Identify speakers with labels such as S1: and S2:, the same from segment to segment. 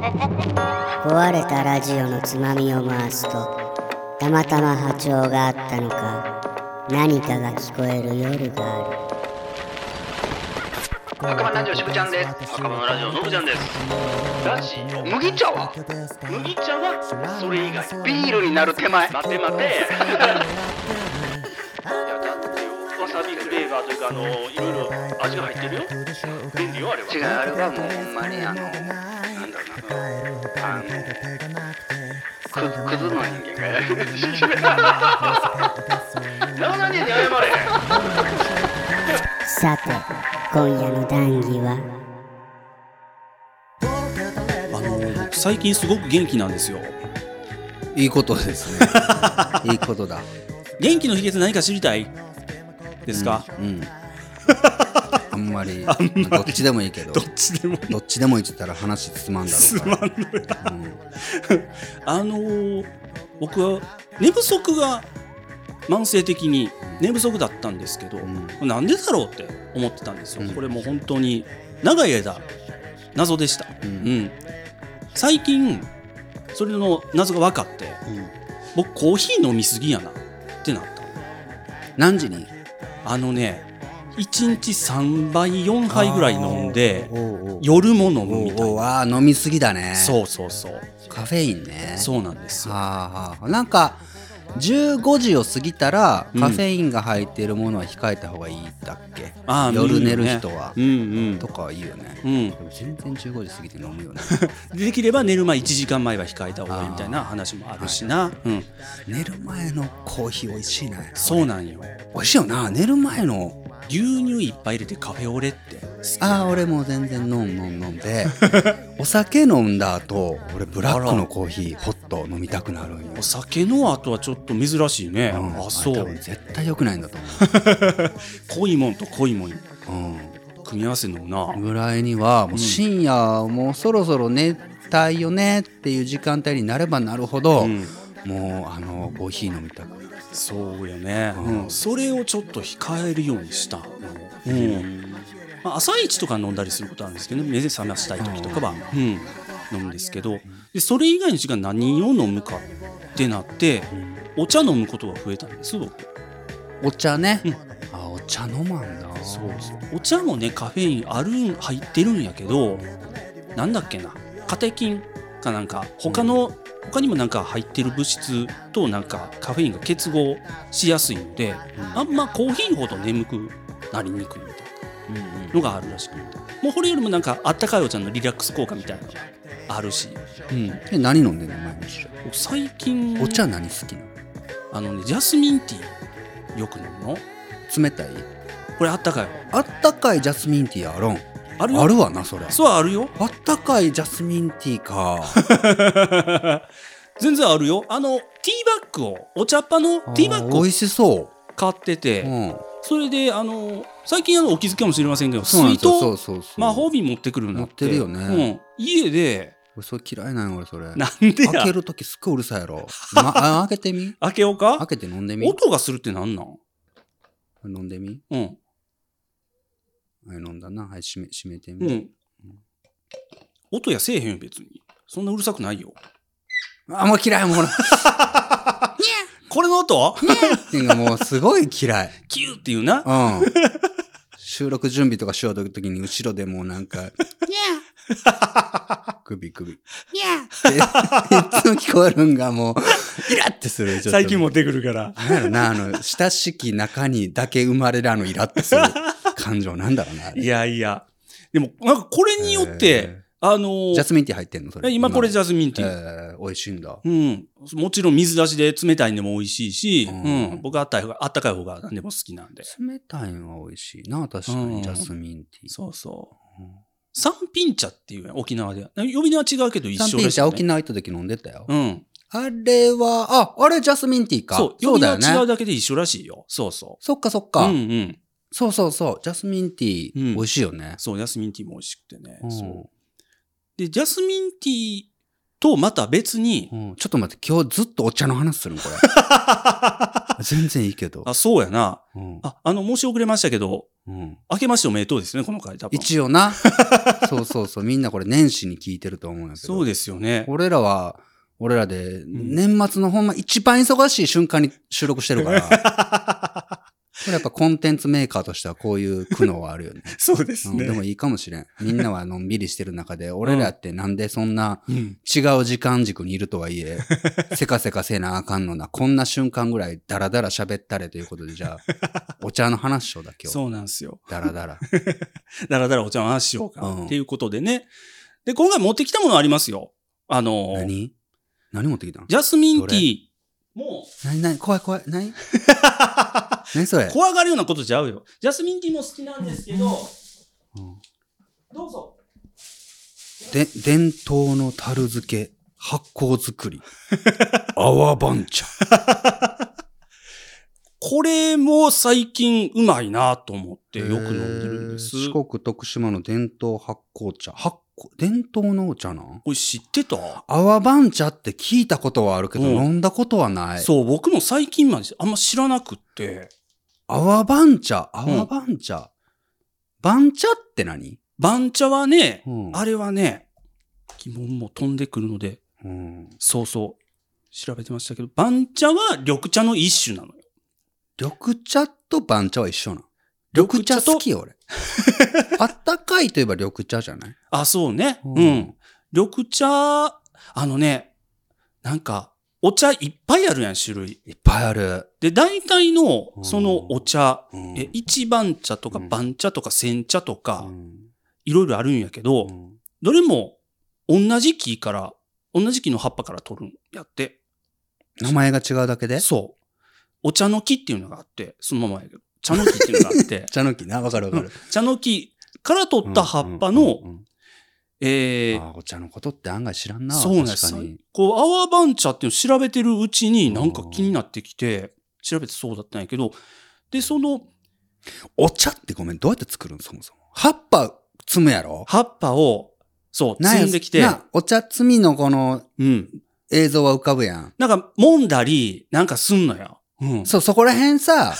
S1: 壊れたラジオのつまみを回すとたまたま波長があったのか何かが聞こえる夜がある
S2: 赤羽ラジオしぶちゃんです赤羽ラジオのぶちゃんですラジオ麦茶は麦茶はそれ以外ビールになる手前待て待ていやだってわさびフレーバーというかあのいろいろ味が入ってるよ便利よあれは違うあれはもうほんまにあのなんだろうなあのくクズの人間がやる長年に謝れ
S1: さて今夜の談義は
S3: あの僕最近すごく元気なんですよ
S4: いいことですね。いいことだ。
S3: 元気の秘訣何か知りたいですか、
S4: うん。あんまり、どっちでもいいけど、
S3: どっちでも
S4: どっちでもいいって言ったら話つまんだ
S3: つ
S4: ろう
S3: ま
S4: か
S3: んない
S4: ら。うん
S3: あのー僕は寝不足が慢性的に寝不足だったんですけど、
S4: ん
S3: なんでだろうって思ってたんですよ、
S4: うん
S3: これもう本当に長い間謎でした、
S4: うん
S3: うん最近それの謎が分かって僕コーヒー飲みすぎやなってなった
S4: 何時に
S3: あのね1日3杯4杯ぐらい飲んで
S4: おうおう
S3: 夜も飲
S4: お
S3: むみ
S4: う
S3: たい
S4: おう
S3: な
S4: あー飲みすぎだね。
S3: そうそうそう
S4: カフェインね。
S3: そうなんですよ
S4: はあはあ。なんか、15時を過ぎたら
S3: うん
S4: カフェインが入っているものは控えた方がいいだっけ、
S3: あー
S4: 夜寝る
S3: 見よね
S4: 人は、
S3: うんうん
S4: とかはいいよね、
S3: うん
S4: でも全然15時過ぎて飲む よね
S3: できれば寝る前1時間前は控えた方がいいみたいな話もあるしな、うん、
S4: 寝る前のコーヒー美味しいね
S3: そうなんよ
S4: 美味しいよな寝る前の
S3: 牛乳いっぱい入れてカフェオレって好き
S4: ああ俺もう全然飲ん飲ん飲ん でお酒飲んだ後俺ブラックのコーヒーホット飲みたくなるんよ
S3: お酒の後はちょっと珍しいね、
S4: うん
S3: あそ
S4: れ多分
S3: う
S4: 絶対良くないんだと
S3: 濃いもんと濃いもん
S4: 思
S3: 組み合わせ飲むな、
S4: う、うん、ぐらいにはもう深夜もうそろそろ寝たいよねっていう時間帯になればなるほど、
S3: うん
S4: もうあのコーヒー飲みたくなる
S3: そうよね、
S4: うん
S3: うんそれをちょっと控えるようにした、うんまあ、朝一とか飲んだりすることあるんですけどね目覚ましたい時とかは、うん飲むんですけどでそれ以外の時間何を飲むかってなって、お茶飲むことが増えたんです僕
S4: お茶ね、
S3: うん
S4: あお茶飲まんだ
S3: そうそうお茶もねカフェインあるん入ってるんやけどなんだっけなカテキンかなんか他の、他にもなんか入ってる物質となんかカフェインが結合しやすいので、あんまコーヒーほど眠くなりにくいみたいなのがあるらしくてもうこれよりもなんかあったかいお茶のリラックス効果みたいなのがあるし、うん、
S4: で何飲んでんの毎日
S3: 僕最近
S4: お茶何好きな
S3: あのねジャスミンティーよく飲むの
S4: の冷たい
S3: これあったかいよ
S4: あったかいジャスミンティーあるん
S3: あるよ
S4: あるわなそれ
S3: そうあるよ
S4: あったかいジャスミンティーか。
S3: 全然あるよあのティーバッグをお茶っ葉の ティーバッグ
S4: あ
S3: を
S4: 美味しそ
S3: 買ってて、
S4: う。うん。
S3: それであの最近あのお気づきかもしれませんけど
S4: そうなんで
S3: 水
S4: すよそう
S3: 筒
S4: そうそう。
S3: 魔法瓶持ってくるようになって
S4: 持ってるよね、
S3: うん、家で
S4: 俺それ嫌いなんよ俺それ。
S3: なんでや
S4: 開
S3: 開
S4: け
S3: け
S4: るときすっごいうるさいや ろ。ま、あ開けてみ
S3: ようか
S4: 開けて飲んでみ
S3: 音がするってなんなん
S4: 飲んでみ
S3: うん
S4: はい飲んだな。はい、閉め、閉めて
S3: う
S4: み。
S3: ん音やせえへんよ別にそんなうるさくないよ
S4: あ、もう嫌いもう。
S3: これの 音
S4: っていうかもうすごい嫌い。
S3: キューっていうな
S4: うん。収録準備とかしようときに後ろでもうなんか、首首。いつも聞こえるんがもう、イラってする。ちょっと
S3: 最近持ってくるから
S4: なんやろな、あの、親しき中にだけ生まれるあのイラッとす る感情なんだろうな。あれ
S3: いやいやでもなんかこれによって、
S4: え
S3: あのー
S4: ジャスミンティー入ってんのそれ。
S3: 今これジ
S4: ゃ、
S3: ャスミンティー、
S4: えー、美味しいんだ。
S3: うん、もちろん水出しで冷たいのも美味しいし、
S4: う
S3: う
S4: んん
S3: 僕あったかい方があったかい方が何でも好きなんで
S4: 冷たいのは美味しいな、確か
S3: うん
S4: に。ジャスミンティー。
S3: そうそう、三品茶っていうやん沖縄では呼び名は違うけど一
S4: サン
S3: 緒
S4: ピ
S3: で
S4: ン
S3: す
S4: 茶
S3: よ、
S4: 沖
S3: ね、
S4: 縄行った時飲んでったよ。
S3: うん
S4: あれは、あ、あれジャスミンティーか。
S3: そう呼び
S4: だ
S3: 名
S4: よ
S3: は違う
S4: ね。
S3: だけで一緒らしいよそうそう
S4: そっかそっか、
S3: うんうん
S4: そうそうそう。ジャスミンティー、
S3: うん
S4: 美味しいよね。
S3: そうジャスミンティーも美味しくてね、
S4: うん
S3: そうでジャスミンティーとまた別に
S4: う、ん、ちょっと待って、今日ずっとお茶の話するのこれ。 全然いいけど。
S3: あ、そうやな。
S4: うん
S3: あ、あの、申し遅れましたけど、
S4: うん
S3: 明けましておめでとうですね、この回多分。
S4: 一応な。 そうそうそう。みんなこれ年始に聞いてると思うんやけど。
S3: そうですよね。
S4: 俺らは、俺らで、年末のほんま一番忙しい瞬間に収録してる から。これやっぱコンテンツメーカーとしてはこういう苦悩はあるよね。
S3: そうです
S4: うんでもいいかもしれん。みんなはのんびりしてる中で、俺らってなんでそんな
S3: うん。
S4: 違う時間軸にいるとはいえ、せかせかせなあかんのな、こんな瞬間ぐらいダラダラ喋ったれということで、じゃあ、お茶の話しようだ、今日。
S3: そうなんですよ。
S4: ダラダラ。
S3: だらだらお茶の話しようか。
S4: うん
S3: っていうことでね。で、今回持ってきたものありますよ。あの、
S4: 何何持ってきたの
S3: ジャスミンティー。も
S4: 何何怖い怖い。何何それ
S3: う、怖がるようなことちゃうよ。ジャスミンティーも好きなんですけど、
S4: うん
S3: どうぞ。
S4: で、伝統の樽漬け、発酵作り、泡番茶。
S3: これも最近うまいなと思ってよく飲んでるんです。
S4: えー四国徳島の伝統発酵茶。発酵、伝統のお茶なん
S3: これ知ってた
S4: 泡番茶って聞いたことはあるけど、
S3: うん
S4: 飲んだことはない。
S3: そう、僕も最近まであんま知らなくって。
S4: 泡番茶、泡番茶。番茶って何
S3: 番茶はね、
S4: うん
S3: あれはね、疑問も飛んでくるので、
S4: うん
S3: そうそう。調べてましたけど、番茶は緑茶の一種なのよ。
S4: 緑茶と番茶は一緒なん緑茶好きよ、 俺。あったかいといえば緑茶じゃない
S3: あ、そうね。
S4: うん
S3: うん。緑茶、あのね、なんか、お茶いっぱいあるやん、種類。
S4: いっぱいある。
S3: で、大体の
S4: う、ん
S3: そのお茶、
S4: うん
S3: え、一番茶とか
S4: うん
S3: 番茶とか煎茶とか
S4: う、ん
S3: いろいろあるんやけど、
S4: うん
S3: どれも同じ木から、同じ木の葉っぱから取るんやって。
S4: 名前が違うだけで
S3: そう。お茶の木っていうのがあって、そのままやけど、茶の木っていうのがあ って、
S4: 茶の木な、わかるわかる。
S3: 茶の木から取った葉っぱ
S4: うんうん
S3: の
S4: う、んうん
S3: えー
S4: あーお茶のことって案外知らんな。
S3: そうなんです
S4: 確か
S3: よ
S4: に。。
S3: こう、アワーバンチャっていうのを調べてるうちに、なんか
S4: うん
S3: 気になってきて、調べてそうだったんやけど、で、その
S4: お茶ってごめん、どうやって作るのそもそも。葉っぱ摘むやろ
S3: 葉っぱを、そう、
S4: なや
S3: 摘んできて、
S4: なお茶摘みのこの
S3: うん。
S4: 映像は浮かぶやん。
S3: なんか、揉んだり、なんかすんのよ。うん。
S4: そう、そこら辺 さ、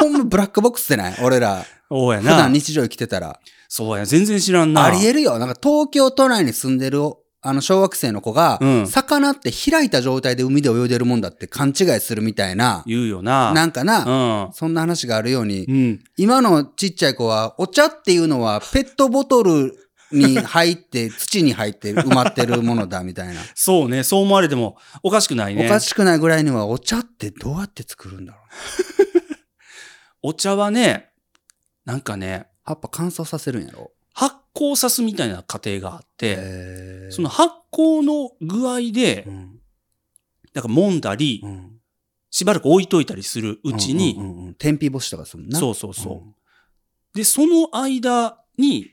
S4: ほんまブラックボックスでない俺ら。
S3: そうや
S4: 普
S3: な
S4: 段。日常生きてたら。
S3: そうや、全然知らんな。
S4: ありえるよ。なんか東京都内に住んでる、あの、小学生の子が、
S3: うん
S4: 魚って開いた状態で海で泳いでるもんだって勘違いするみたいな、
S3: 言うよな。
S4: なんかな、
S3: うん。
S4: そんな話があるように、
S3: うん。
S4: 今のちっちゃい子は、お茶っていうのはペットボトルに入って、土に入って埋まってるものだみたいな。
S3: そうね、そう思われてもおかしくないね。
S4: おかしくないぐらいには、お茶ってどうやって作るんだろうね。
S3: お茶はね、なんかね、
S4: 葉っぱ乾燥させるんやろ。
S3: 発酵さすみたいな過程があって、
S4: へー
S3: その、発酵の具合で
S4: う、ん
S3: だから揉んだり
S4: う、ん
S3: しばらく置いといたりするうち
S4: う
S3: に、
S4: んうんうん天日干しとかするな。
S3: そううそうそう。
S4: ん
S3: で、その間に、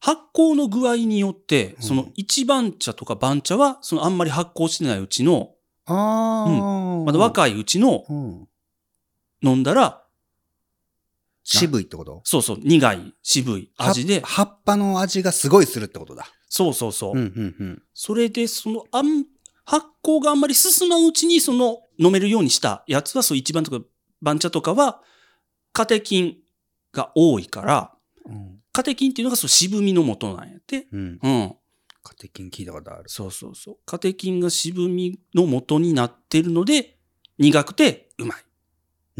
S3: 発酵の具合によって、
S4: うん
S3: その一番茶とか番茶は、そのあんまり発酵してないうちの、
S4: ああ。
S3: まだ若いうちの
S4: うん。
S3: 飲んだら、
S4: 渋いってこと
S3: そうそう、苦い、渋い味で
S4: は、葉っぱの味がすごいするってことだ。
S3: そうそうそう。
S4: うんうんうん。
S3: それで、その、あん、発酵があんまり進まんうちに、その、飲めるようにしたやつは、そう一番とか番茶とかは、カテキンが多いから、
S4: うん。
S3: カテキンっていうのがそう渋みの元なんやって。
S4: うん。
S3: うん。
S4: カテキン聞いたことある。
S3: そうそうそう。カテキンが渋みの元になってるので、苦くてうまい。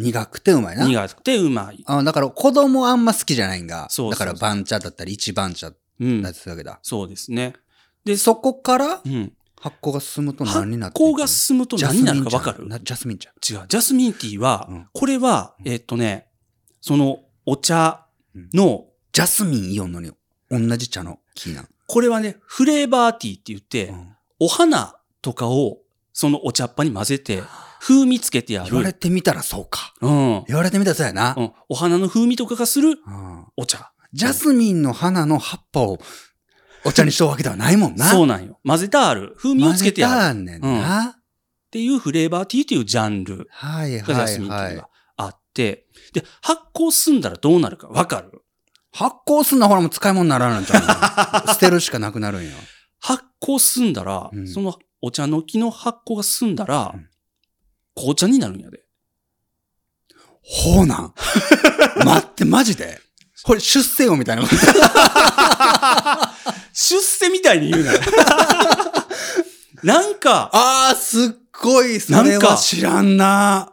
S4: 苦くてうまいな。
S3: 苦くてうまい。
S4: あだから子供あんま好きじゃないんが。
S3: そうそうそう
S4: だから番茶だったり一番茶だ
S3: うん
S4: ったりするわけだ。
S3: そうですね。
S4: で、そこから
S3: うん。
S4: 発酵が進むと
S3: 発
S4: 何になっていく
S3: 酵が進むと何になるかわかる違う。
S4: ジャスミン茶。
S3: ジャスミンティーは、
S4: うん
S3: これは、えっとね、そのお茶
S4: うん
S3: の、
S4: ジャスミンイオンのに同じ茶の木なん。
S3: これはね、フレーバーティーって言って、
S4: うん
S3: お花とかをそのお茶っ葉に混ぜて、風味つけてや
S4: 言われ
S3: る。
S4: てみたらそうか。
S3: うん。う
S4: 言われてみたらそうやな。
S3: ん。お花の風味とかがする
S4: うん
S3: お茶。
S4: ジャスミンの花の葉っぱをお茶にしとうわけではないもんな。
S3: そうなんよ。混ぜたある。風味をつけてやる。
S4: あんねんな。
S3: っていうフレーバーティーというジャンル
S4: はい
S3: がジャ
S4: は
S3: スミ
S4: い
S3: ンティ
S4: は
S3: ー
S4: い
S3: が。あって、で、発酵済んだらどうなるかわかる
S4: 発酵すんなほらもう使い物にならんのじゃん。捨てるしかなくなるんよ。
S3: 発酵済んだら、
S4: うん
S3: そのお茶の木の発酵が済んだら、
S4: うん
S3: 紅茶になるんやで。
S4: ほうなん 待って、マジでこれ出世王みたいなこと。
S3: 出世みたいに言うな よ。なんか、
S4: あー、すっごい、それ
S3: なんか
S4: は知らんな。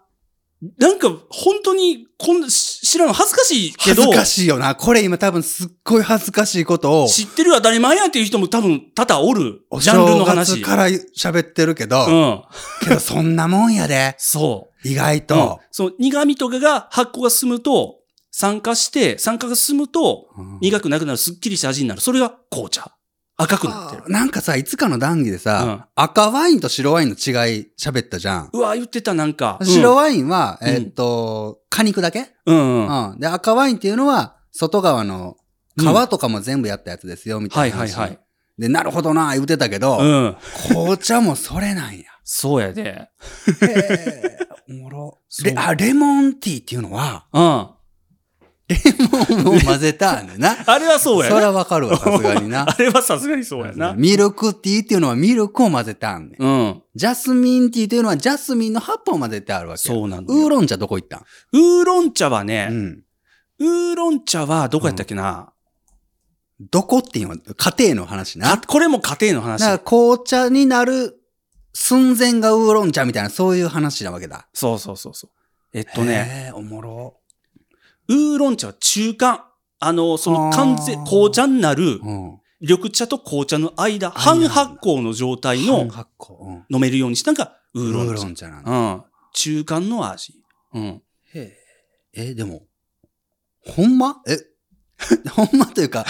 S3: なんか本当にこんなし知らんの恥ずかしいけ
S4: 恥
S3: ど
S4: ず、かしいよな。これ今多分すっごい恥ずかしいことを、
S3: 知ってる当たり前やっていう人も多分多々おる。
S4: お
S3: ジャンル
S4: 正
S3: の話。
S4: 月から喋ってるけど、
S3: うん。
S4: けどそんなもんやで。
S3: そう。
S4: 意外
S3: うん
S4: と。
S3: その苦味とかが発酵が進むと、酸化して、酸化が進むと、
S4: うん
S3: 苦くなくなる、すっきりした味になる。それが紅茶。赤くなってる
S4: あ。ーなんかさ、いつかの談義でさ、赤ワインと白ワインの違い喋ったじゃん。
S3: うわ、言ってた、なんか。
S4: 白ワインは、
S3: うん
S4: えーっと、果肉だけ、
S3: うん、うん、うん。
S4: うん、で、赤ワインっていうのは、外側の皮とかも全部やったやつですよ、みた
S3: はい
S4: いな
S3: はい
S4: 話。
S3: はい。
S4: で、なるほどな、言ってたけど、
S3: うん。
S4: 紅茶もそれなんや。
S3: そうやで。
S4: へーおもろ。
S3: そう
S4: レあ、レモンティーっていうのは、
S3: うん。あ
S4: レモンを 混ぜたんでな。
S3: れはそうや
S4: それ
S3: な。
S4: はわかるわ、さすがにな
S3: あ。れはさすがにそうやな。
S4: ミルクティーっていうのはミルクを混ぜたんね。
S3: うん。
S4: ジャスミンティーというのはジャスミンの葉っぱを混ぜてあるわけ。
S3: そうなの
S4: ウー
S3: よ。
S4: ロン茶どこ行ったん
S3: ウーロン茶は
S4: う
S3: ね、
S4: ん。
S3: ウーロン茶はどこやったっけな。
S4: どこっていうのは家庭の話な。
S3: あ、これも家庭の
S4: だから
S3: 話。
S4: 紅茶になる寸前がウーロン茶みたいなそういう話なわけだ。
S3: そうそうそうそう。えっとね、
S4: へー、おもろ。
S3: ウーロン茶は中間。あの、その完全、
S4: あー
S3: 紅茶になる、
S4: うん。
S3: 緑茶と紅茶の間、
S4: 間
S3: 半発酵の状態
S4: 半
S3: の
S4: 発酵。うん
S3: 飲めるようにしたのがウ
S4: ウー
S3: ーロン茶
S4: ロ。ン茶なんだ。
S3: うん。中間の味。うん。
S4: へーえ、でも、ほんまえ、 ほんまとい うか、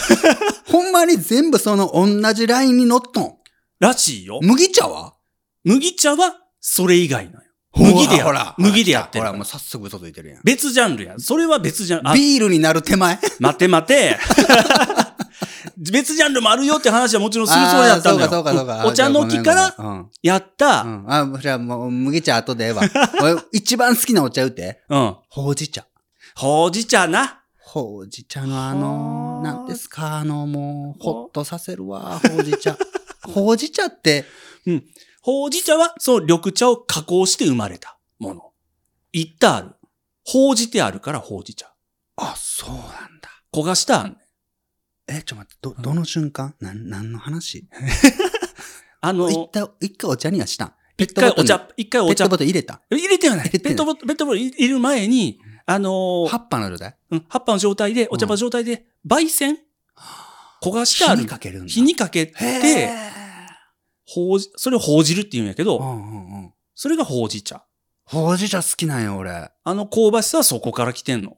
S4: ほんまに全部その同じラインに乗っとん。
S3: らしいよ。
S4: 麦茶は
S3: 麦茶はそれ以外のよ。麦でや
S4: ほら、
S3: 麦でやってる
S4: ほら、ほらもう早速嘘ついてるやん。
S3: 別ジャンルや。それは別ジャンル。あ、
S4: ビールになる手前
S3: 待て待て。別ジャンルもあるよって話はもちろんするつもりだったのよ。
S4: あーそうかそうかそうか。
S3: うんお茶の木から
S4: あうん。
S3: やった、
S4: うんあ、じゃあもう、麦茶後で ええわ。俺一番好きなお茶言うて。
S3: うん。
S4: ほうじ茶。
S3: ほうじ茶な。
S4: ほうじ茶のあの
S3: ほ、う
S4: なんですか、あの、もう、ほっとさせるわ、ほうじ 茶。ほうじ茶って、
S3: ほうじ茶はその緑茶を加工して生まれたもの。言ったある。ほうじてあるからほうじ茶。
S4: あ、そうなんだ。
S3: 焦がしたあんねん
S4: え、ちょ、待って、ど、どの瞬間なん、なんの話
S3: あの、
S4: 一回、一回お茶にはしたん。
S3: 一回お茶、一回
S4: ペ
S3: お
S4: ッ
S3: 茶
S4: ト、ボトル入れた。
S3: 入れてはない。
S4: 入れて
S3: ペ
S4: ない
S3: ットボトル、ペットボトル入れる前に、あのー
S4: 葉っぱの状態
S3: うん葉っぱの状態で、お茶葉の状態で、焙煎焦がしてあ
S4: 火
S3: る
S4: に。かけるんだ。
S3: 火にかけ
S4: へ
S3: て、
S4: ー
S3: ほうじ、それをほうじるって言うんやけ
S4: う
S3: ど、
S4: んうんうん。
S3: それがほうじ茶。
S4: ほうじ茶好きなんよ、俺。
S3: あの香ばしさはそこから来てんの。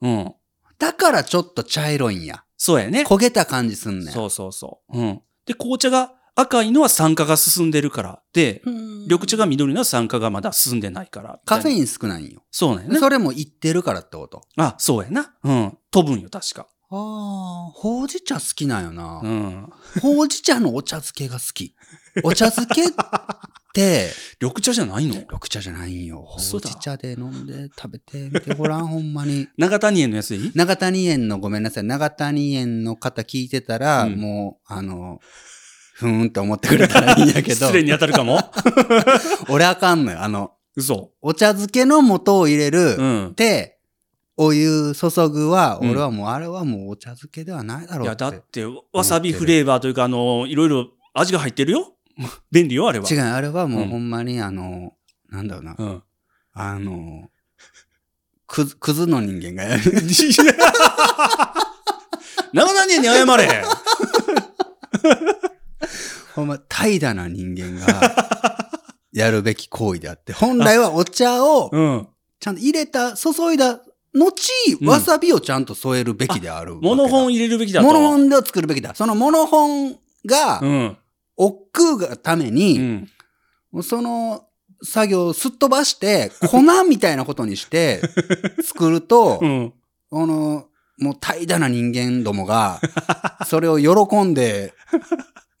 S3: うん。
S4: だからちょっと茶色いんや。
S3: そうやね。
S4: 焦げた感じすんねん。
S3: そうそうそう。うん。で、紅茶が赤いのは酸化が進んでるから。で、
S4: うん
S3: 緑茶が緑のは酸化がまだ進んでないから。
S4: カフェ
S3: ン
S4: イン少ないんよ。
S3: そうなんやね。
S4: それも言ってるからってこと。
S3: あ、そうやな。うん。飛ぶんよ、確か。
S4: ああ、ほうじ茶好きなんよな。
S3: うん。
S4: ほうじ茶のお茶漬けが好き。お茶漬け って、
S3: 緑茶じゃないの
S4: 緑茶じゃないんよ。ほ
S3: 嘘
S4: う
S3: だ
S4: じ茶で飲んで食べてみてごらん、ほんまに。
S3: 長谷園のやつでいい
S4: 長谷園の、ごめんなさい、長谷園の方聞いてたら、
S3: うん
S4: もう、あの、ふーんって思ってくれたらいいんやけど
S3: 失、礼に当たるか も
S4: 俺あかんのよ。あの、
S3: 嘘。
S4: お茶漬けの素を入れる
S3: う、ん。
S4: で、お湯注ぐは、
S3: うん
S4: 俺はもう、あれはもうお茶漬けではないだろ
S3: いうや、
S4: って。
S3: だって、わさびフレーバーというか、あの、いろいろ味が入ってるよ。 便利よ、あれは。
S4: 違う、あれはもううんほんまに、あの、なんだろうな、
S3: うん。
S4: あの、くず、くずの人間がやる。
S3: 長谷園に謝れ
S4: ほんま、怠惰な人間が、やるべき行為であって、本来はお茶を、
S3: うん。
S4: ちゃんと入れた、注いだ、後、
S3: うん
S4: わさびをちゃんと添えるべきであるわけだ。
S3: 物本入れるべきだと。
S4: モノホンで作るべきだ。そのモノホンが、
S3: うん。
S4: 億劫がため
S3: う
S4: に、
S3: ん。
S4: その作業をすっ飛ばして、粉みたいなことに して、作ると、
S3: うん。
S4: あの、もう怠惰な人間どもが、それを喜んで、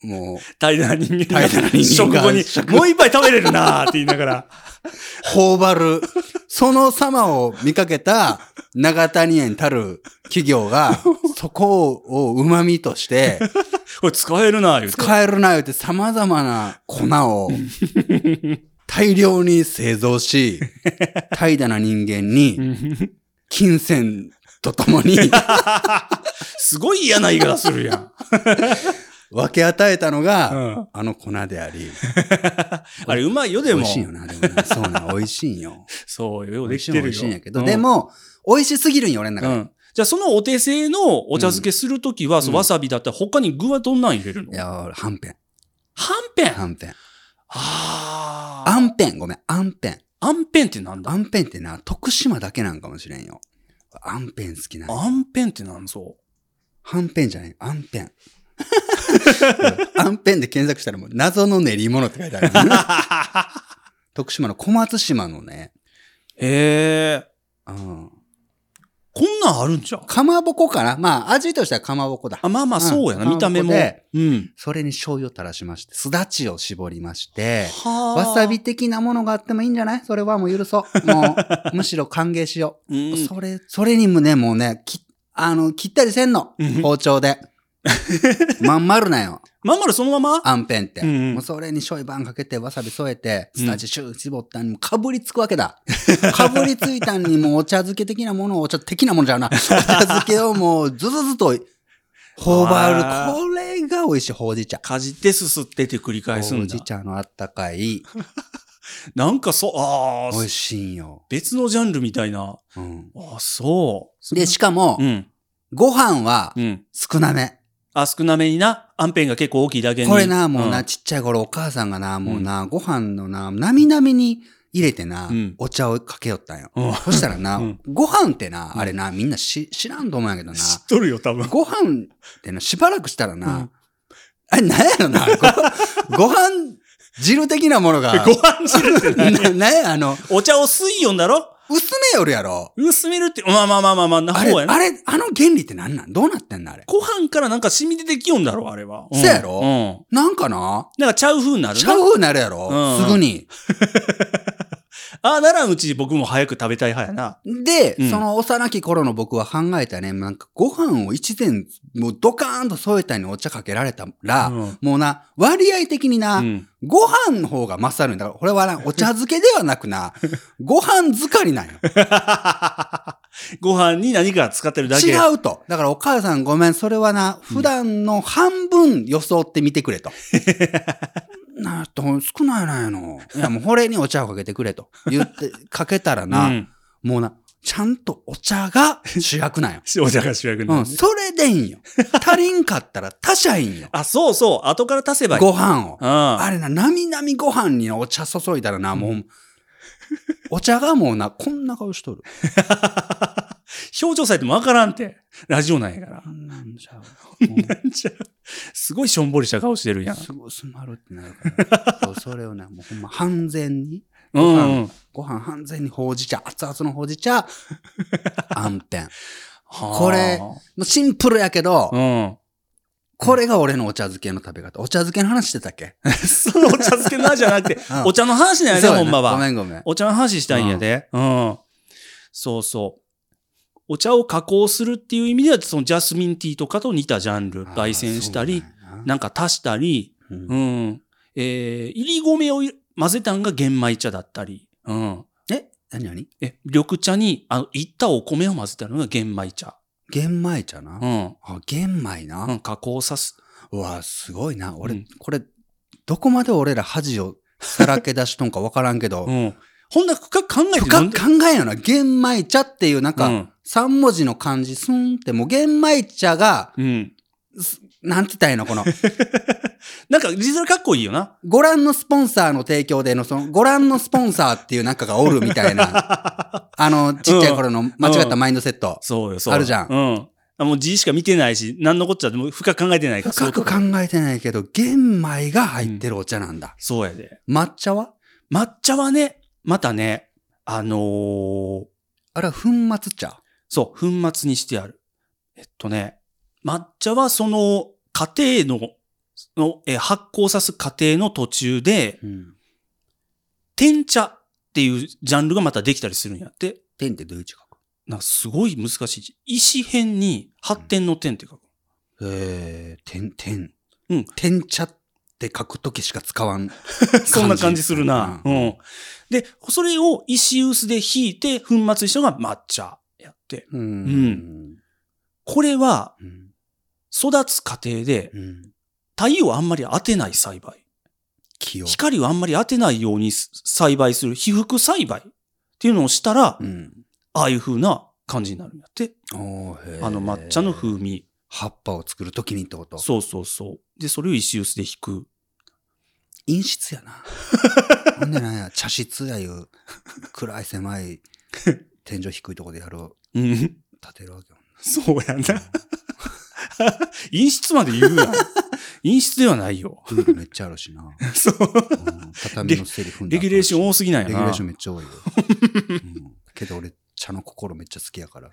S4: もう、
S3: 怠惰な人間が
S4: 怠惰な人間
S3: 食
S4: が
S3: 後に、もう一杯食べれるなーって言いながら。
S4: 頬張る、その様を見かけた長谷園たる企業が、そこを旨味として、
S3: これ使えるな、言うて。
S4: 使えるな言うて様々な粉を大量に製造し、怠惰な人間に金銭とともに
S3: すごい嫌な言い方するやん。
S4: 分け与えたの
S3: う
S4: が、
S3: ん、
S4: あの粉であり。
S3: あれ、うまいよ、
S4: 美
S3: でも。
S4: 味しいよな、でもな。そうな、美味しいんよ。
S3: そうよ、よう
S4: 美味
S3: でき
S4: しい
S3: て
S4: ん
S3: るよ。
S4: 美味しいんやけ
S3: う
S4: ど、で、も、美味しすぎるんよ、俺の
S3: う
S4: 中で。
S3: ん。じゃあ、そのお手製のお茶漬けするときは、そうわさびだったら、他に具はどんなん入れるの
S4: いや、俺はんぺん。
S3: はんぺん
S4: はんぺん。
S3: あ
S4: あ
S3: あ。
S4: んぺん、ごめん、あんぺん。
S3: あんぺんってなんだ
S4: あんぺんってな、徳島だけなんかもしれんよ。あんぺん好きなんよ
S3: あんぺんってなんぞ。
S4: はんぺんじゃない、あんぺん。あんぺんで検索したらもう謎の練り物って書いてある。徳島の小松島のね、
S3: へえ。
S4: うん、
S3: こんなんあるんじゃん。
S4: かまぼこかなまあ味としてはかまぼこだ
S3: あ。まあまあ、そうやな、
S4: うん
S3: 見た目も。
S4: あんこ
S3: うん。
S4: それに醤油を垂らしまして、すだちを絞りまして、
S3: はあ
S4: わさび、的なものがあってもいいんじゃないそれはもう許そう。も う、むしろ歓迎しよ
S3: うん
S4: う。それ、それにもね、もうね、き、あの、切ったりせんの
S3: うん。
S4: 包丁 で。まん丸なよ。
S3: まんまるそのまま
S4: あんぺんって。
S3: うんうん
S4: もうそれに醤油バンかけて、わさび添えて、
S3: うん
S4: スタジシュー絞ったんに、かぶりつくわけだ。かぶりついたんに、もうお茶漬け的なものを、お茶的なものじゃうな。お茶漬けをもう、ずずずと、頬
S3: あ
S4: 張る。
S3: ー
S4: これが美味しい、ほうじ茶。
S3: かじってすすってって繰り返す
S4: ほ
S3: ん
S4: う
S3: だ
S4: じ。茶のあったかい、
S3: なんかそう、ああ
S4: 美、味しいんよ。
S3: 別のジャンルみたいな。
S4: うん
S3: ああ、そう。
S4: で、しかも
S3: う、ん。
S4: ご飯は
S3: うん。
S4: 少なめ。
S3: あ、少なめにな。アンペンが結構大きいだけに。
S4: これな、もうな、
S3: ん
S4: ちっちゃい頃お母さんがな、もうな、ご飯のな、なみなみに入れてな
S3: うん、
S4: お茶をかけよったんよ。
S3: うん
S4: そしたらな
S3: うん、
S4: ご飯ってな、あれな、みんなし知らんと思うんやけどな、
S3: 知っとるよ、多分。
S4: ご飯ってな、しばらくしたら
S3: う、
S4: なんあれ、なんやろ な、ごご飯汁的なものが
S3: ご、飯汁って
S4: な
S3: 何
S4: なんや、あの、
S3: お茶を水温だろ
S4: 薄めよるやろ。
S3: 薄めるって、まあまあまあまあまあ、な
S4: あれ、
S3: 方やな
S4: あ。れ、あの原理ってなんなんどうなってんのあれ。
S3: ご飯からなんか染み出てきよんだろ、あれは。ん
S4: そやろ
S3: うん。
S4: なんかな
S3: なんかちゃう風になる
S4: ち
S3: な
S4: ゃ。う風になるや
S3: うん
S4: ろすぐに。
S3: ああ、ならんうち僕も早く食べたい派やな。
S4: で、
S3: うん
S4: その幼き頃の僕は考えたね、なんかご飯を一膳、もうドカーンと添えたにお茶かけられたら、
S3: うん
S4: もうな、割合的にな、
S3: うん
S4: ご飯の方が勝るんだから、これはな、お茶漬けではなく な、ご飯漬かりなんよ。
S3: ご飯に何か使ってるだけ。
S4: 違うと。だからお母さんごめん、それはな、普段の半分装ってみてくれ と。なあと、少ないなんやの。いや、もうこれにお茶をかけてくれと。言って、かけたら
S3: う
S4: な、
S3: ん。
S4: もうな、ちゃんとお茶が主役なんよ。
S3: お茶が主役に
S4: う
S3: なる
S4: ん、それでいいん よ。足りんかったら他社いいんよ。
S3: あ、そうそう。後から足せばいい。
S4: ご飯を
S3: う。ん。
S4: あれな、なみなみご飯にお茶注いだらな、もう、お茶がもうな、こんな顔しとる。
S3: 表情されてもわからんて。ラジオなんやから
S4: あ。んなんじゃも
S3: じゃあすごいしょんぼりした顔してるや。
S4: うんすごいすまるってなるから。そうそれをね、もうほんま、半膳に、
S3: う
S4: ご
S3: ん。
S4: 飯、ご飯半膳にほうじ茶、熱々のほうじ茶、あんぺん。も
S3: はあ
S4: これうシンプルやけど、
S3: うん。
S4: これが俺のお茶漬けの食べ方。お茶漬けの話してたっけ
S3: そのお茶漬けの話じゃなくて、
S4: うん
S3: お茶の話なんやね、
S4: そうや
S3: ほ
S4: なん
S3: ま
S4: ごめ
S3: は。
S4: んごめん。
S3: お茶の話したいんやで。うん。そうそう。お茶を加工するっていう意味では、そのジャスミンティーとかと似たジャンル、焙煎したり、
S4: あー、そうなんやな
S3: なんか足したり、
S4: うん
S3: うん。えー、入り米を混ぜたんが玄米茶だったり、うん。
S4: え何何
S3: え、緑茶に、あの、いったお米を混ぜたのが玄米茶。
S4: 玄米茶な、
S3: うん。
S4: あ、玄米な、
S3: うん、加工さす。
S4: うわ、すごいな。俺、
S3: うん
S4: これ、どこまで俺ら恥をさらけ出しとんかわからんけど、
S3: うん。ほんなら深く考えて飲
S4: 深
S3: んで
S4: く考えんよな。玄米茶っていうなん
S3: う
S4: か、
S3: ん。
S4: 三文字の漢字、スンって、もう玄米茶が、
S3: うん。
S4: なんて言ったらいいのこの、
S3: なんか、実際かっこいいよな。
S4: ご覧のスポンサーの提供での、その、ご覧のスポンサーっていうなんかがおるみたいな、 あの、ちっちゃい頃の間違ったマインドセット。
S3: そうよ、そうよ。
S4: あるじゃん
S3: うん。あもう字しか見てないし、何のこっちゃでも深く考えてないか
S4: 深
S3: ら。
S4: く
S3: そういうとこ
S4: 考えてないけど、玄米が入ってるお茶なんだ。
S3: そうやで。
S4: 抹茶は
S3: 抹茶はね、またね、あのー
S4: あれは粉末茶
S3: そう、粉末にしてある。えっとね、抹茶はその、家庭の、のえー発酵さす過程の途中で、
S4: うん。
S3: 天茶っっていうジャンルがまたできたりするんやって。
S4: 点ってどういう字書く
S3: なんかすごい難しい字。石辺に発展の点って書く。
S4: えー、点、点。
S3: うん
S4: 点茶って書くときしか使わん。
S3: そんな感じするな。
S4: う
S3: うんん。で、それを石臼で引いて、粉末にしたのが抹茶やって。
S4: うん。
S3: これは、
S4: うん。
S3: 育つ過程で、
S4: うん。
S3: 太陽をあんまり当てない栽培。
S4: 気を。
S3: 光をあんまり当てないように栽培する、被覆栽培っていうのをしたら、
S4: うん。
S3: ああいう風な感じになるんやって。
S4: おーへー
S3: あの抹茶の風味。
S4: 葉っぱを作るときにってこと。
S3: そうそうそう。で、それを石臼で引く。
S4: 陰湿や な。ほんでなんや、茶室やいう、暗い狭 い、天井低いとこでやる、
S3: うん。
S4: 建てるわけよ。
S3: そうやな。 陰湿まで言うな。陰湿ではないよ。
S4: ルールめっちゃあるしな。う
S3: そう。
S4: ん畳のセリフ
S3: レギュレーション多
S4: す
S3: すぎない
S4: レ
S3: よ
S4: ギ
S3: な。
S4: ュレーションめっちゃ多いよ。うんけど俺、茶の心めっちゃ好きやから。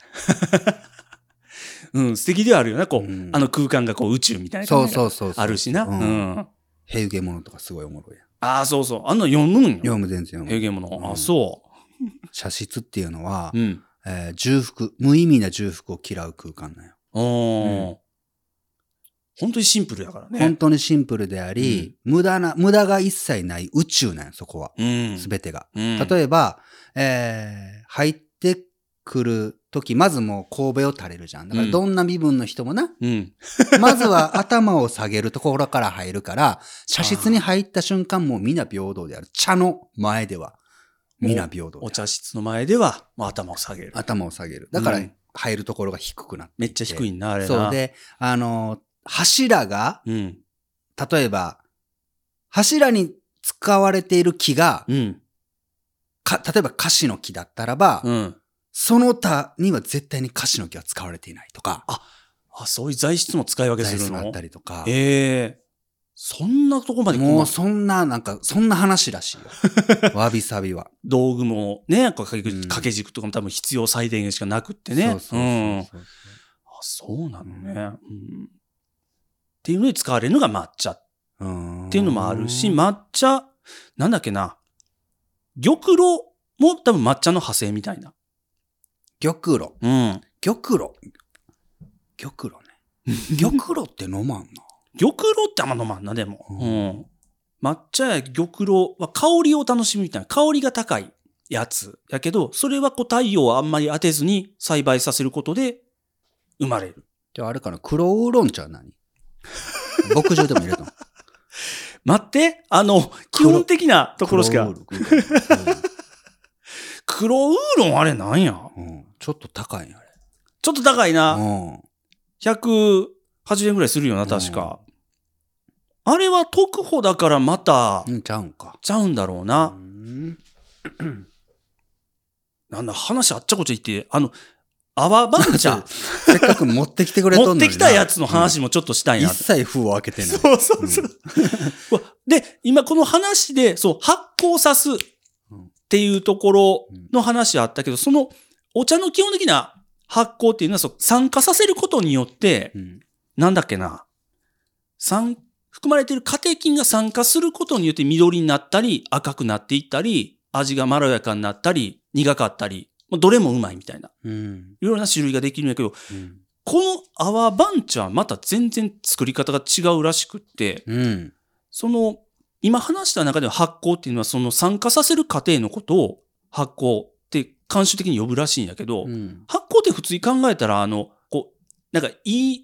S3: うん、素敵ではあるよな、こう、
S4: うん
S3: あの空間がこう宇宙みたいな
S4: そう
S3: 感じ
S4: そ
S3: が
S4: うそうそう。
S3: あるしな。う。
S4: うんん。ヘウゲモノとかすごいおもろいやん。
S3: ああ、そうそう。あんなの読むんよ。
S4: 読む全然読
S3: 平
S4: む。
S3: 家物。
S4: う
S3: あ
S4: ん
S3: そ
S4: 茶室っていうのは
S3: う。う、ん。
S4: えー重複、無意味な重複を嫌う空間なんよ。
S3: ああ、本当にシンプルやから
S4: 本
S3: ね。
S4: 当にシンプルであり、無駄な、無駄が一切ない宇宙なんよ、そこは。
S3: うん。
S4: すべてが。
S3: うん、
S4: 例えば、えー入ってくるとき、まずもう神戸を垂れるじゃん。だか
S3: う
S4: ら
S3: ん
S4: どんな身分の人もな、
S3: うん。
S4: まずは頭を下げるところから入るから、茶室に入った瞬間もうみんな平等である。茶の前では、みんな平等で
S3: お
S4: ある。
S3: 茶室の前では、まあ、頭を下げる。
S4: 頭を下げる。だから
S3: うん、
S4: 入るところが低くなって
S3: めっちゃ低いんだ、あれな。
S4: そう。で、あの、柱が、
S3: うん。
S4: 例えば、柱に使われている木が、
S3: うん。
S4: か例えば樫の木だったらば、
S3: うん。
S4: その他には絶対に樫の木は使われていないとか、
S3: あ、そういう材質も使い分けす
S4: 材
S3: る
S4: 質があ
S3: の
S4: ったりとか、
S3: ええそんなとこまで
S4: も
S3: 細
S4: うそ
S3: かい
S4: んな、なんか、そんな話らしいよ。 わびさびは。
S3: 道具もね、こう掛け
S4: うん
S3: 掛け軸とかも多分必要最低限しかなくってね。
S4: そうそう
S3: うん
S4: そうそう
S3: あ、そうなのね、うんっていうのに使われるのが抹茶っ
S4: うーん
S3: ていうのもあるし、抹茶、なんだっけな、玉露も多分抹茶の派生みたいな。
S4: 玉露。
S3: うん。
S4: 玉露。玉露ね。 玉露って飲まんな。
S3: 玉露ってあんま飲まんな、でも。
S4: うん
S3: うん。抹茶や玉露は香りを楽しむみたいな。香りが高いやつ。やけど、それはこう太陽をあんまり当てずに栽培させることで生まれる。
S4: じゃああれかな、黒ウーロン茶は何牧場でも入 れたの
S3: 待って、あの、基本的なところしか。
S4: 黒ウーロン
S3: 黒ウーロンあれなんや
S4: うんうんちょっと高いんや、
S3: ちょっと高いな。
S4: あれ。うん
S3: 180円ぐらいするよな、確か。あれは特保だからまた
S4: う、ん、ちゃうんか。
S3: ちゃうんだろう
S4: う
S3: な。
S4: ん
S3: なんだ、話あっちゃこっちゃ言って、あの、泡番茶
S4: せっかく持ってきてくれとんの
S3: 持
S4: にな
S3: ってきたやつの話もちょっとしたい
S4: 一
S3: な。
S4: 切封を開けてない。
S3: そうそうそう。うわで、今この話で、そう、発酵さすっていうところの話あったけど、その、お茶の基本的な発酵っていうのは、そう、酸化させることによって、
S4: うん
S3: なんだっけな。酸、含まれているカテキンが酸化することによって緑になったり、赤くなっていったり、味がまろやかになったり、苦かったり、もうどれもうまいみたいな。
S4: うん。
S3: いろいろな種類ができるんやけど、
S4: うん。
S3: この泡番茶はまた全然作り方が違うらしくって、
S4: うん。
S3: その、今話した中での発酵っていうのはその酸化させる過程のことを発酵って慣習的に呼ぶらしいんやけど、
S4: うん
S3: 発酵って普通に考えたら、あの、こう、なんかいい、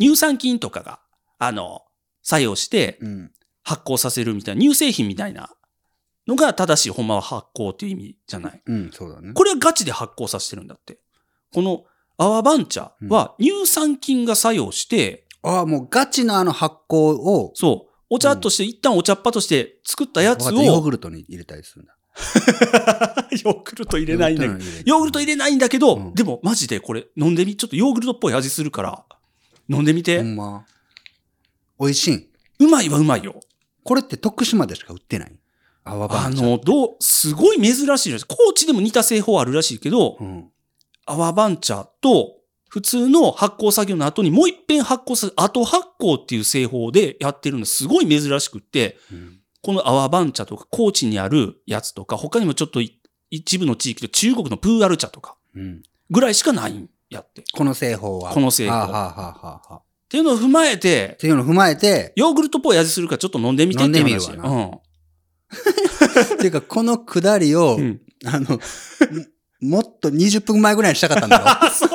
S3: 乳酸菌とかが、あの、作用して
S4: うん。
S3: 発酵させるみたいな、乳製品みたいなのが正しい、ほんまは発酵っていう意味じゃない。
S4: うん、そうだね。
S3: これはガチで発酵させてるんだって。この泡番茶は乳酸菌が作用して、
S4: ああ、もうガチのあの発酵を、
S3: そう、お茶として、一旦お茶っ葉として作ったやつ
S4: わ
S3: を、
S4: かったヨーグルトに入れたりするんだ。
S3: ヨーグルト入れないんだけど、
S4: ヨ
S3: ヨーグルト入れないんだけど、
S4: うん
S3: でもマジでこれ飲んでみ、ちょっとヨーグルトっぽい味するから、飲んでみて。
S4: ほんま。美味しい。
S3: うまいはうまいよ。
S4: これって徳島でしか売ってない泡
S3: あ
S4: 番茶。
S3: の、どう、すごい珍しいらしい。高知でも似た製法あるらしいけど
S4: う、ん。
S3: 泡番茶と、普通の発酵作業の後にもう一遍発酵する、後発酵っていう製法でやってるのすごい珍しくって、
S4: うん。
S3: この泡番茶とか高知にあるやつとか、他にもちょっとい一部の地域で中国のプーアル茶とか
S4: うん
S3: ぐらいしかないんやって。っ
S4: この製法は。
S3: この製法
S4: はあはあはあはあはあ。って
S3: いうのを踏まえて、、
S4: ていうのを踏まえて
S3: ヨーグルトっぽい味するからちょっと飲んでみてっていう話
S4: 飲んでみるわ
S3: うん。
S4: っていうかこのくだりを、
S3: うん
S4: あの、 もっと20分前ぐらいにしたかったんだろ。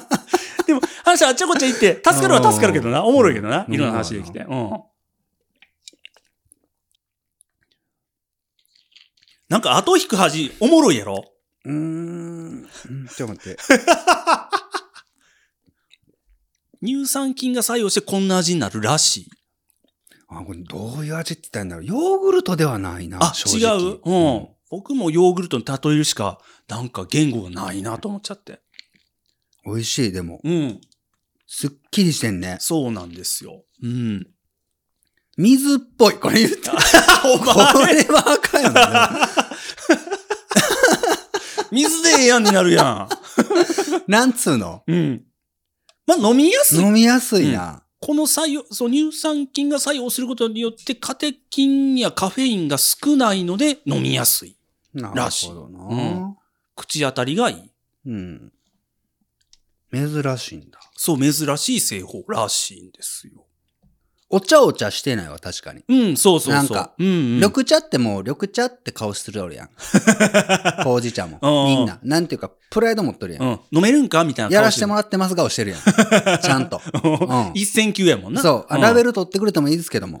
S3: でも、話あっちゃこっちゃ言って、助かるは助かるけどな、おもろいけどな、
S4: うん
S3: いろんな話できて。うん。なんか後引く恥、おもろいやろ
S4: うーん。ちょっと待って。
S3: 乳酸菌が作用してこんな味になるらしい。
S4: あ、これどういう味って言ったらいいんだろう。ヨーグルトではないな。
S3: あ、
S4: 正
S3: 違
S4: 直
S3: ううん。僕もヨーグルトに例えるしか、なんか言語がないなと思っちゃって。
S4: うん。美味しい、でも。
S3: うん。
S4: すっきりしてんね。
S3: そうなんですよ。うん。
S4: 水っぽい。これ言った。こ
S3: お
S4: れは赤やな。
S3: 水でええやんになるや
S4: なんつうの
S3: ん。うん。まあ、飲みやすい
S4: 飲みやすいな。
S3: この作用、そう、乳酸菌が作用することによって、カテキンやカフェインが少ないので飲みやすい。
S4: な
S3: らしい
S4: るほどな。
S3: 口当たりがいい。
S4: うん。珍しいんだ。
S3: そう、珍しい製法らしいんですよ。
S4: お茶お茶してないわ、確かに。
S3: うん、そうそうそう。
S4: なんか
S3: うん、うん。
S4: 緑茶ってもう緑茶って顔してるおる やん。麹茶も。
S3: うん
S4: みんな。なんていうか、プライド持っとるやん。
S3: うん、飲めるんかみたいな
S4: やらしても
S3: ら
S4: らってます顔してるやん。ちゃん と。うん
S3: 一戦級やもんな。
S4: そう。あ
S3: ん
S4: ラベル取ってくれてもいいですけども。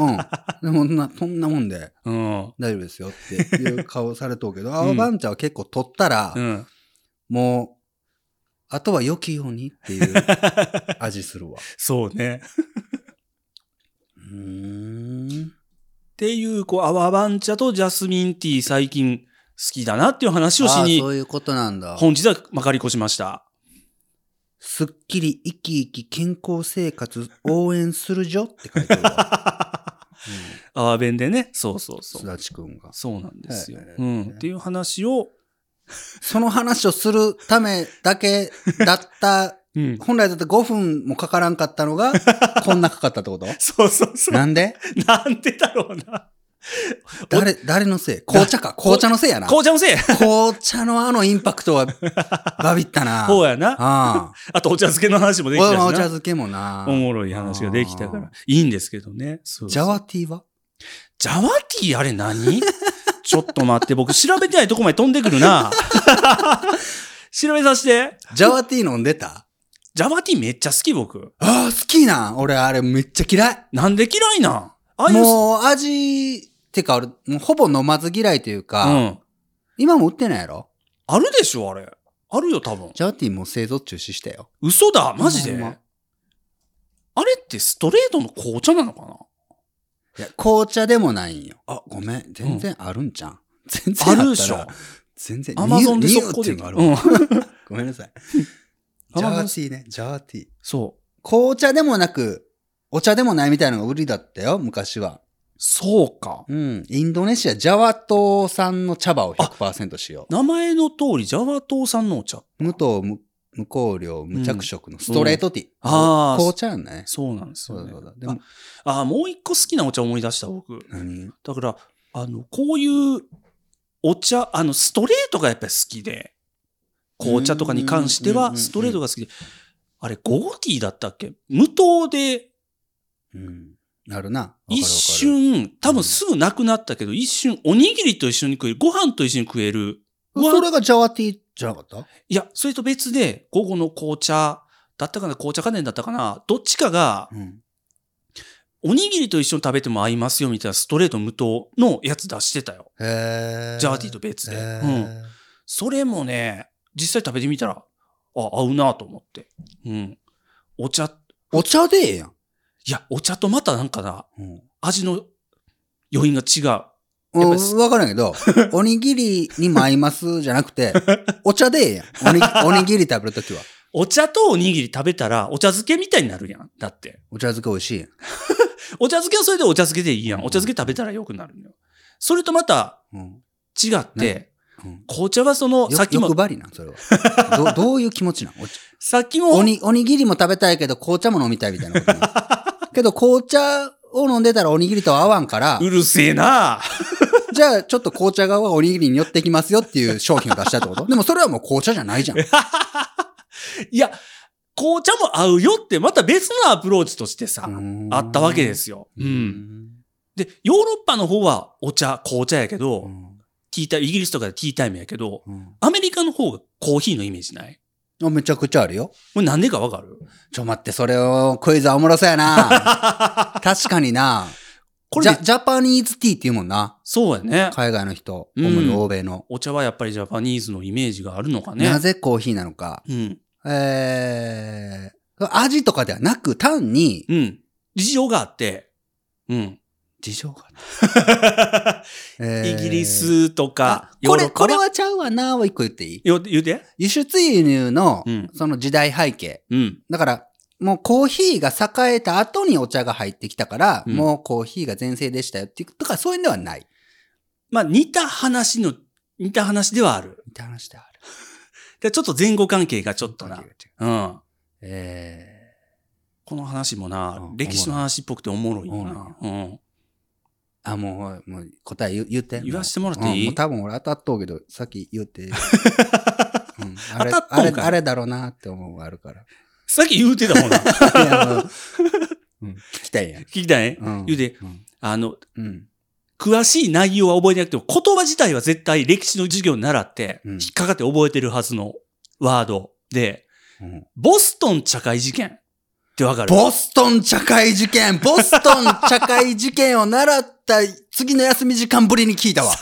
S4: うん。でもそんな、そんなもんで
S3: うん。
S4: 大丈夫ですよっていう顔されとうけ ど、
S3: ん
S4: 青番茶は結構取ったら、
S3: うん。
S4: もう、あとは良きようにって いう味するわ。
S3: そうね。
S4: うーん。
S3: っていう、こう、アワバン茶とジャスミンティー最近好きだなっていう話をし
S4: ああそう
S3: に、
S4: いうことなんだ。
S3: 本日はまかりこしました。
S4: すっきり生き生き健康生活応援するよって書いてる わ。
S3: アワベンでね。そうそうそ
S4: す
S3: う。
S4: だちくんが。
S3: そうなんですよ
S4: はいはい。
S3: う
S4: はい
S3: ん。っていう話を、
S4: その話をするためだけだった、
S3: うん。
S4: 本来だって5分もかからんかったの が、こんなかかったってこと
S3: そうそうそう。
S4: なんで
S3: なんでだろうな。
S4: 誰、誰のせい紅茶か。紅茶のせいやな。
S3: 紅茶のせい
S4: 紅茶のあのインパクトは、バビった な。
S3: そうやな。
S4: ああ。
S3: あとお茶漬けの話もできたし
S4: おお茶
S3: な。
S4: 漬けもな
S3: お。もろい話ができたか
S4: あ
S3: ら。いいんですけどね。そうそう
S4: ジャワティーは
S3: ジャワティーあれ何 ちょっと待って、僕調べてないとこまで飛んでくるな。 調べさせて。
S4: ジャワティー飲んでた
S3: ジャワティーめっちゃ好き僕。
S4: ああ、好きなん。俺、あれめっちゃ嫌い。
S3: なんで嫌いなんああいう、
S4: もう、味、てか俺、もうほぼ飲まず嫌いという
S3: う
S4: か、
S3: ん。
S4: 今も売ってないやろ
S3: あるでしょあれ。あるよ多分。
S4: ジャワティーもう製造中止したよ。
S3: 嘘だマジで、
S4: ほんま
S3: あれってストレートの紅茶なのかない
S4: や、紅茶でもないんよ。あ、ごめん。全然あるんじゃん。全然あ
S3: あ
S4: ったら
S3: るでしょ
S4: 全然。
S3: アマゾンで速
S4: ニュー
S3: 攻
S4: っていう
S3: で
S4: のがあ。るわ
S3: うん。
S4: ごめんなさい。
S3: Amazon
S4: ジャワティーね。ジャワティー。
S3: そう。
S4: 紅茶でもなく、お茶でもないみたいなのが売りだったよ、昔は。
S3: そうか。
S4: うん。インドネシア、ジャワ島産の茶葉を100%使用。
S3: 名前の通り、ジャワ島産のお茶。
S4: 無糖、無無香料、無着色のストレートティー。
S3: うんあー
S4: 紅茶やんね。
S3: そうなんですよ、ね。
S4: そうだそうだでも
S3: ああ、もう一個好きなお茶思い出した、僕。
S4: 何
S3: だから、あの、こういうお茶、あの、ストレートがやっぱり好きで、紅茶とかに関して
S4: うんうんうんう
S3: は、
S4: ん
S3: ストレートが好きで、あれ、午後ティーだったっけ無糖で、
S4: うん。なるな。わかるわかる
S3: 一。瞬、多分すぐなくなったけど、一瞬、おにぎりと一緒に食える、ご飯と一緒に食える。
S4: それがジャワティーじゃなかった
S3: いや、それと別で、午後の紅茶だったかな、紅茶関連だったかな、どっちかが、
S4: うん。
S3: おにぎりと一緒に食べても合いますよみたいなストレート無糖のやつ出してたよ。
S4: へー
S3: ジャワティーと別で。
S4: へ
S3: うん。
S4: ー
S3: それもね、実際食べてみたら、あ、合うなと思って。うん。お茶、
S4: お茶でええやん。
S3: いや、お茶とまたなんかな、
S4: うん
S3: 味の余韻が違う。やっぱり
S4: うんわからんけ ど、おにぎりにも合いますじゃなくて、お茶でええやん。おにぎおにぎり食べるときは。
S3: お茶とおにぎり食べたら、お茶漬けみたいになるやん。だって。
S4: お茶漬け美味しいやん。
S3: お茶漬けはそれでお茶漬けでいいやん。お茶漬け食べたら良くなるのよ。それとまた
S4: うん
S3: 違って、
S4: うん
S3: 紅茶はその、
S4: よ
S3: さっき
S4: 欲
S3: も、
S4: 張りなん、それは。 どどういう気持ちなんお茶
S3: さっきも、
S4: おにおにぎりも食べたいけど、紅茶も飲みたいみたいなこと なん。けど、紅茶を飲んでたらおにぎりとは合わんから
S3: う、るせえな
S4: じゃあ、ちょっと紅茶側はおにぎりに寄ってきますよっていう商品を出したってことでもそれはもう紅茶じゃないじゃん。。
S3: いや、紅茶も合うよって、また別のアプローチとしてさ、あったわけですすよ。う。
S4: うんん。
S3: で、ヨーロッパの方はお茶、紅茶やけ
S4: う
S3: ど、
S4: ん
S3: ティータイム、イギリスとかでティータイムやけど、
S4: うん
S3: アメリカの方がコーヒーのイメージない
S4: あめちゃくちゃあるよ。
S3: これなんでかわかる
S4: ちょ待って、それをクイズはおもろそうやな。 確かにな。
S3: こ
S4: ジ
S3: れね、
S4: ャジャパニーズティーっていうもんな。
S3: そうやね。
S4: 海外の人、
S3: うん
S4: 主に欧米の。
S3: お茶はやっぱりジャパニーズのイメージがあるのかね。
S4: なぜコーヒーなのか。
S3: うん。
S4: えー、味とかではなく、単に、
S3: うん。事情があって、うん。事情があって。
S4: えー
S3: イギリスとか
S4: あ、これ、
S3: ヨーロッパ
S4: これはちゃうわなを一個言っていい
S3: よ言うて
S4: 輸出輸入の
S3: う、ん。
S4: その時代背景。
S3: うん。
S4: だから、もうコーヒーが栄えた後にお茶が入ってきたから、
S3: うん
S4: もうコーヒーが全盛でしたよっていう、とかそういうのではない。
S3: まあ、似た話の、似た話ではある。
S4: みたいな話である。
S3: でちょっと前後関係がちょっとな。うん。
S4: え
S3: この話もな
S4: う、ん
S3: 歴史の話っぽくておもろいよな。うん。
S4: ー、あ、もう、もう答え言言って。
S3: 言わしてもらっていい
S4: うんもう多分俺当たっとうけど、さっき言 って。うんあれ
S3: 当たっとう
S4: あ
S3: んか
S4: れ、
S3: い
S4: あれだろうなって思うのがあるから。
S3: さっき言うてたもん な。
S4: いやもううん聞きたいやん。
S3: 聞きたい、
S4: うん
S3: 言うて、あの、
S4: うん。
S3: 詳しい内容は覚えてなくても、言葉自体は絶対歴史の授業に習って、
S4: うん
S3: 引っかかって覚えてるはずのワードで、
S4: うん
S3: ボストン茶会事件ってわかる
S4: ボストン茶会事件ボストン茶会事件を習った次の休み時間ぶりに聞い たわ。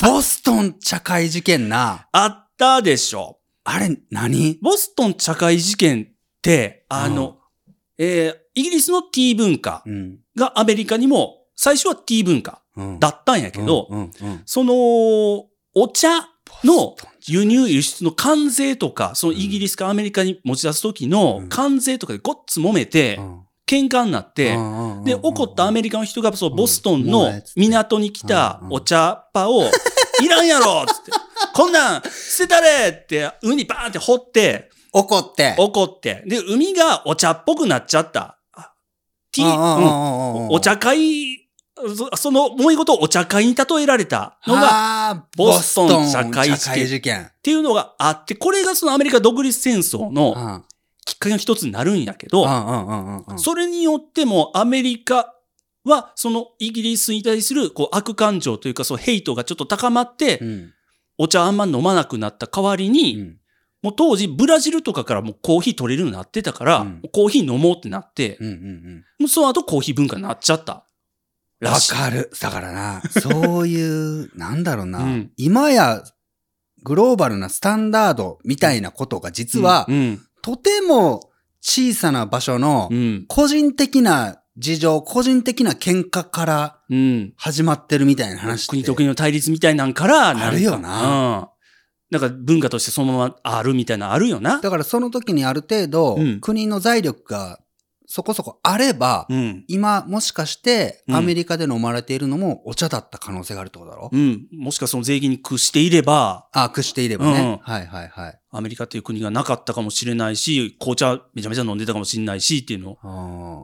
S4: ボストン茶会事件な。
S3: あったでしょ。
S4: あれ、何
S3: ボストン茶会事件って、あの、
S4: うん
S3: えーイギリスのティー文化
S4: うん。
S3: がアメリカにも、最初はティー文化
S4: うん
S3: だったんやけど、
S4: うんうん
S3: その、お茶の輸入輸出の関税とか、そのイギリスからアメリカに持ち出す時の
S4: うん
S3: 関税とかでごっつ揉めて、喧嘩になって、で、怒ったアメリカの人が、そう、
S4: うん
S3: ボストンの港に来た
S4: うんうん
S3: お茶っ葉を、いらんやろっつって、こんなん捨てたれって、海バーンって掘って、
S4: 怒って。
S3: 怒って、で、海がお茶っぽくなっちゃった。あティー、うん
S4: ー
S3: お茶会、そその思い事をお茶会に例えられたのが、
S4: が
S3: ボストン茶会事件
S4: 事件。
S3: っていうのがあって、これがそのアメリカ独立戦争
S4: う
S3: の
S4: ん
S3: きっかけの一つになるんやけ
S4: うん
S3: ど、
S4: うんうんうんうん
S3: それによってもアメリカはそのイギリスに対するこう悪感情というかそうヘイトがちょっと高まって、
S4: うん
S3: お茶あんま飲まなくなった代わり
S4: う
S3: に、
S4: ん
S3: もう当時ブラジルとかからもうコーヒー取れるようになってたから、
S4: うん
S3: コーヒー飲もうってなって、
S4: うんうん
S3: もうその後コーヒー文化になっちゃった
S4: うん。
S3: ら
S4: わ
S3: しい。
S4: かる。だからな、そういう、なんだろうな、
S3: うん
S4: 今やグローバルなスタンダードみたいなことが実は、
S3: うん、
S4: とても小さな場所の
S3: うん、
S4: 個人的な事情、個人的な喧嘩から
S3: うん。
S4: 始まってるみたいな話って。
S3: 国と国の対立みたいなんから、
S4: あるよ
S3: なん
S4: な
S3: か。うん。なんか文化としてそのままあるみたいなのあるよな。
S4: だからその時にある程度、
S3: うん
S4: 国の財力がそこそこあれば、
S3: うん。
S4: 今もしかして
S3: うん
S4: アメリカで飲まれているのもお茶だった可能性があるってことだろ、
S3: うん。もしかその税金に屈していれば、
S4: あ、くしていればね。
S3: うん
S4: はいはいはい。
S3: アメリカっていう国がなかったかもしれないし、紅茶めちゃめちゃ飲んでたかもしれないしっていうの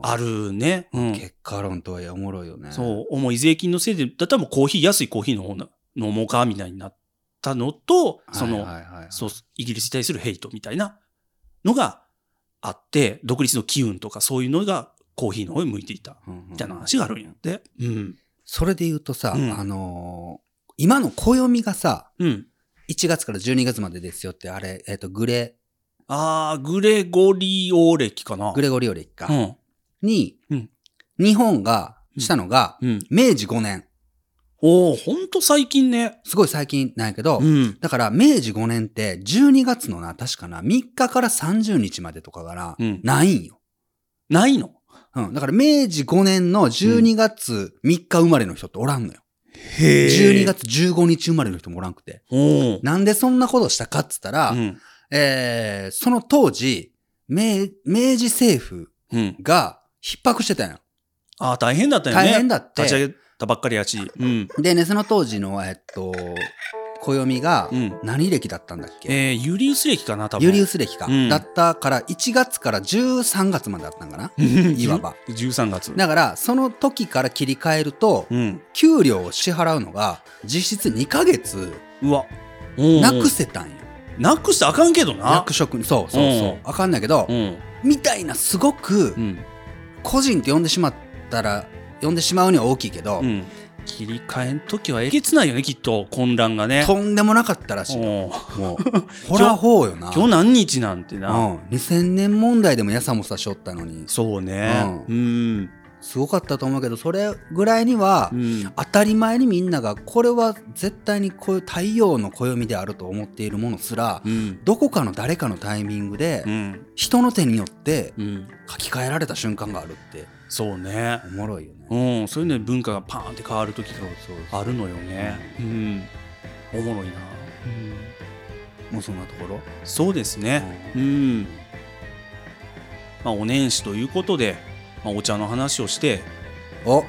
S4: あ
S3: あるね。うん。
S4: 結果論とはいえおもろいよね。
S3: そう。重い税金のせいで、だったらもうコーヒー、安いコーヒーの方な飲もうかみたいになったのと、そ
S4: は
S3: の、
S4: いはいはい
S3: そう、イギリスに対するヘイトみたいなのがあって、独立の機運とかそういうのがコーヒーの方に向いていた。
S4: うんうん
S3: みたいな話があるんやって。うん。
S4: それで言うとさ、
S3: うん
S4: あのー今の暦がさ、
S3: うん。
S4: 1月から12月までですよって、あれ、えっ、と、グレ、
S3: あー、グレゴリオ歴かな。
S4: グレゴリオ歴か、
S3: うん。
S4: に、
S3: うん
S4: 日本がしたのが、
S3: うん。
S4: 明治5年。
S3: おー、ほんと最近ね。
S4: すごい最近なんやけど、
S3: うん。
S4: だから明治5年って12月のな、確かな、3日から30日までとかがな、
S3: うん
S4: ないんよ。
S3: ないの
S4: うん。だから明治5年の12月3日生まれの人っておらんのよ。
S3: へ
S4: 12。月15日生まれの人もおらんくて。
S3: おー。
S4: なんでそんなことしたかっつったら、
S3: うん。
S4: えー、その当時、明、明治政府
S3: うん。
S4: が逼迫してたんよ。
S3: あー、大変だったよね。
S4: 大変だって。
S3: 立ち上げたばっかりやし。うん。
S4: でね、その当時の、えっと、暦が
S3: うん
S4: 何歴だったんだっけ、
S3: えー、ユリウス歴かな、多分。
S4: ユリウス暦か、
S3: うん
S4: だったから1月から13月までだったんかないわば。
S3: 13月。
S4: だからその時から切り替えると
S3: うん。
S4: 給料を支払うのが実質2ヶ月
S3: うわ。うん
S4: なくせたんや、
S3: なくしたらあかんけどな。
S4: 役職にそうそうそう、
S3: うん
S4: あかんないけど、
S3: うん。
S4: みたいなすごく
S3: うん。
S4: 個人って呼んでしまったら呼んでしまうには大きいけど、
S3: うん。切り替えんときはえげつないよね、きっと。混乱がね。
S4: とんでもなかったらしいの
S3: おう
S4: もうほらほうよな
S3: 今日何日なんてな。
S4: うん、2000年問題でもやさもさしよったのに
S3: そうね。
S4: う
S3: うん。
S4: すごかったと思うけどそれぐらいには
S3: うん。
S4: 当たり前にみんながこれは絶対にこういう太陽の暦であると思っているものすら
S3: うん。
S4: どこかの誰かのタイミングで
S3: うん。
S4: 人の手によって
S3: うん。
S4: 書き換えられた瞬間があるって
S3: そうね
S4: お。もろいよね。
S3: うん。そういうので文化がパーンって変わるときがあるのよね。うん。おもろいな。
S4: もうそんなところ、
S3: そうですね。
S4: う
S3: うんん。まあ、お年始ということで、まあ、お茶の話をして、
S4: お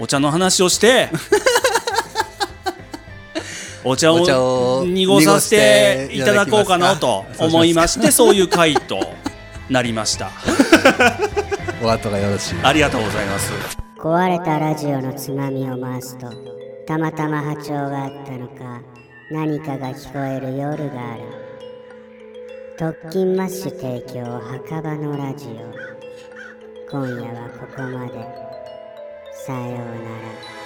S3: お茶の話を して、お茶
S4: お茶
S3: を
S4: を
S3: 濁させていただこうかなと思いまして、そういう回となりました。
S4: お後がよろしい
S3: ありがとうございます。
S1: 壊れたラジオのつまみを回すとたまたま波長があったのか何かが聞こえる夜がある特勤マッシュ提供墓場のラジオ今夜はここまでさようなら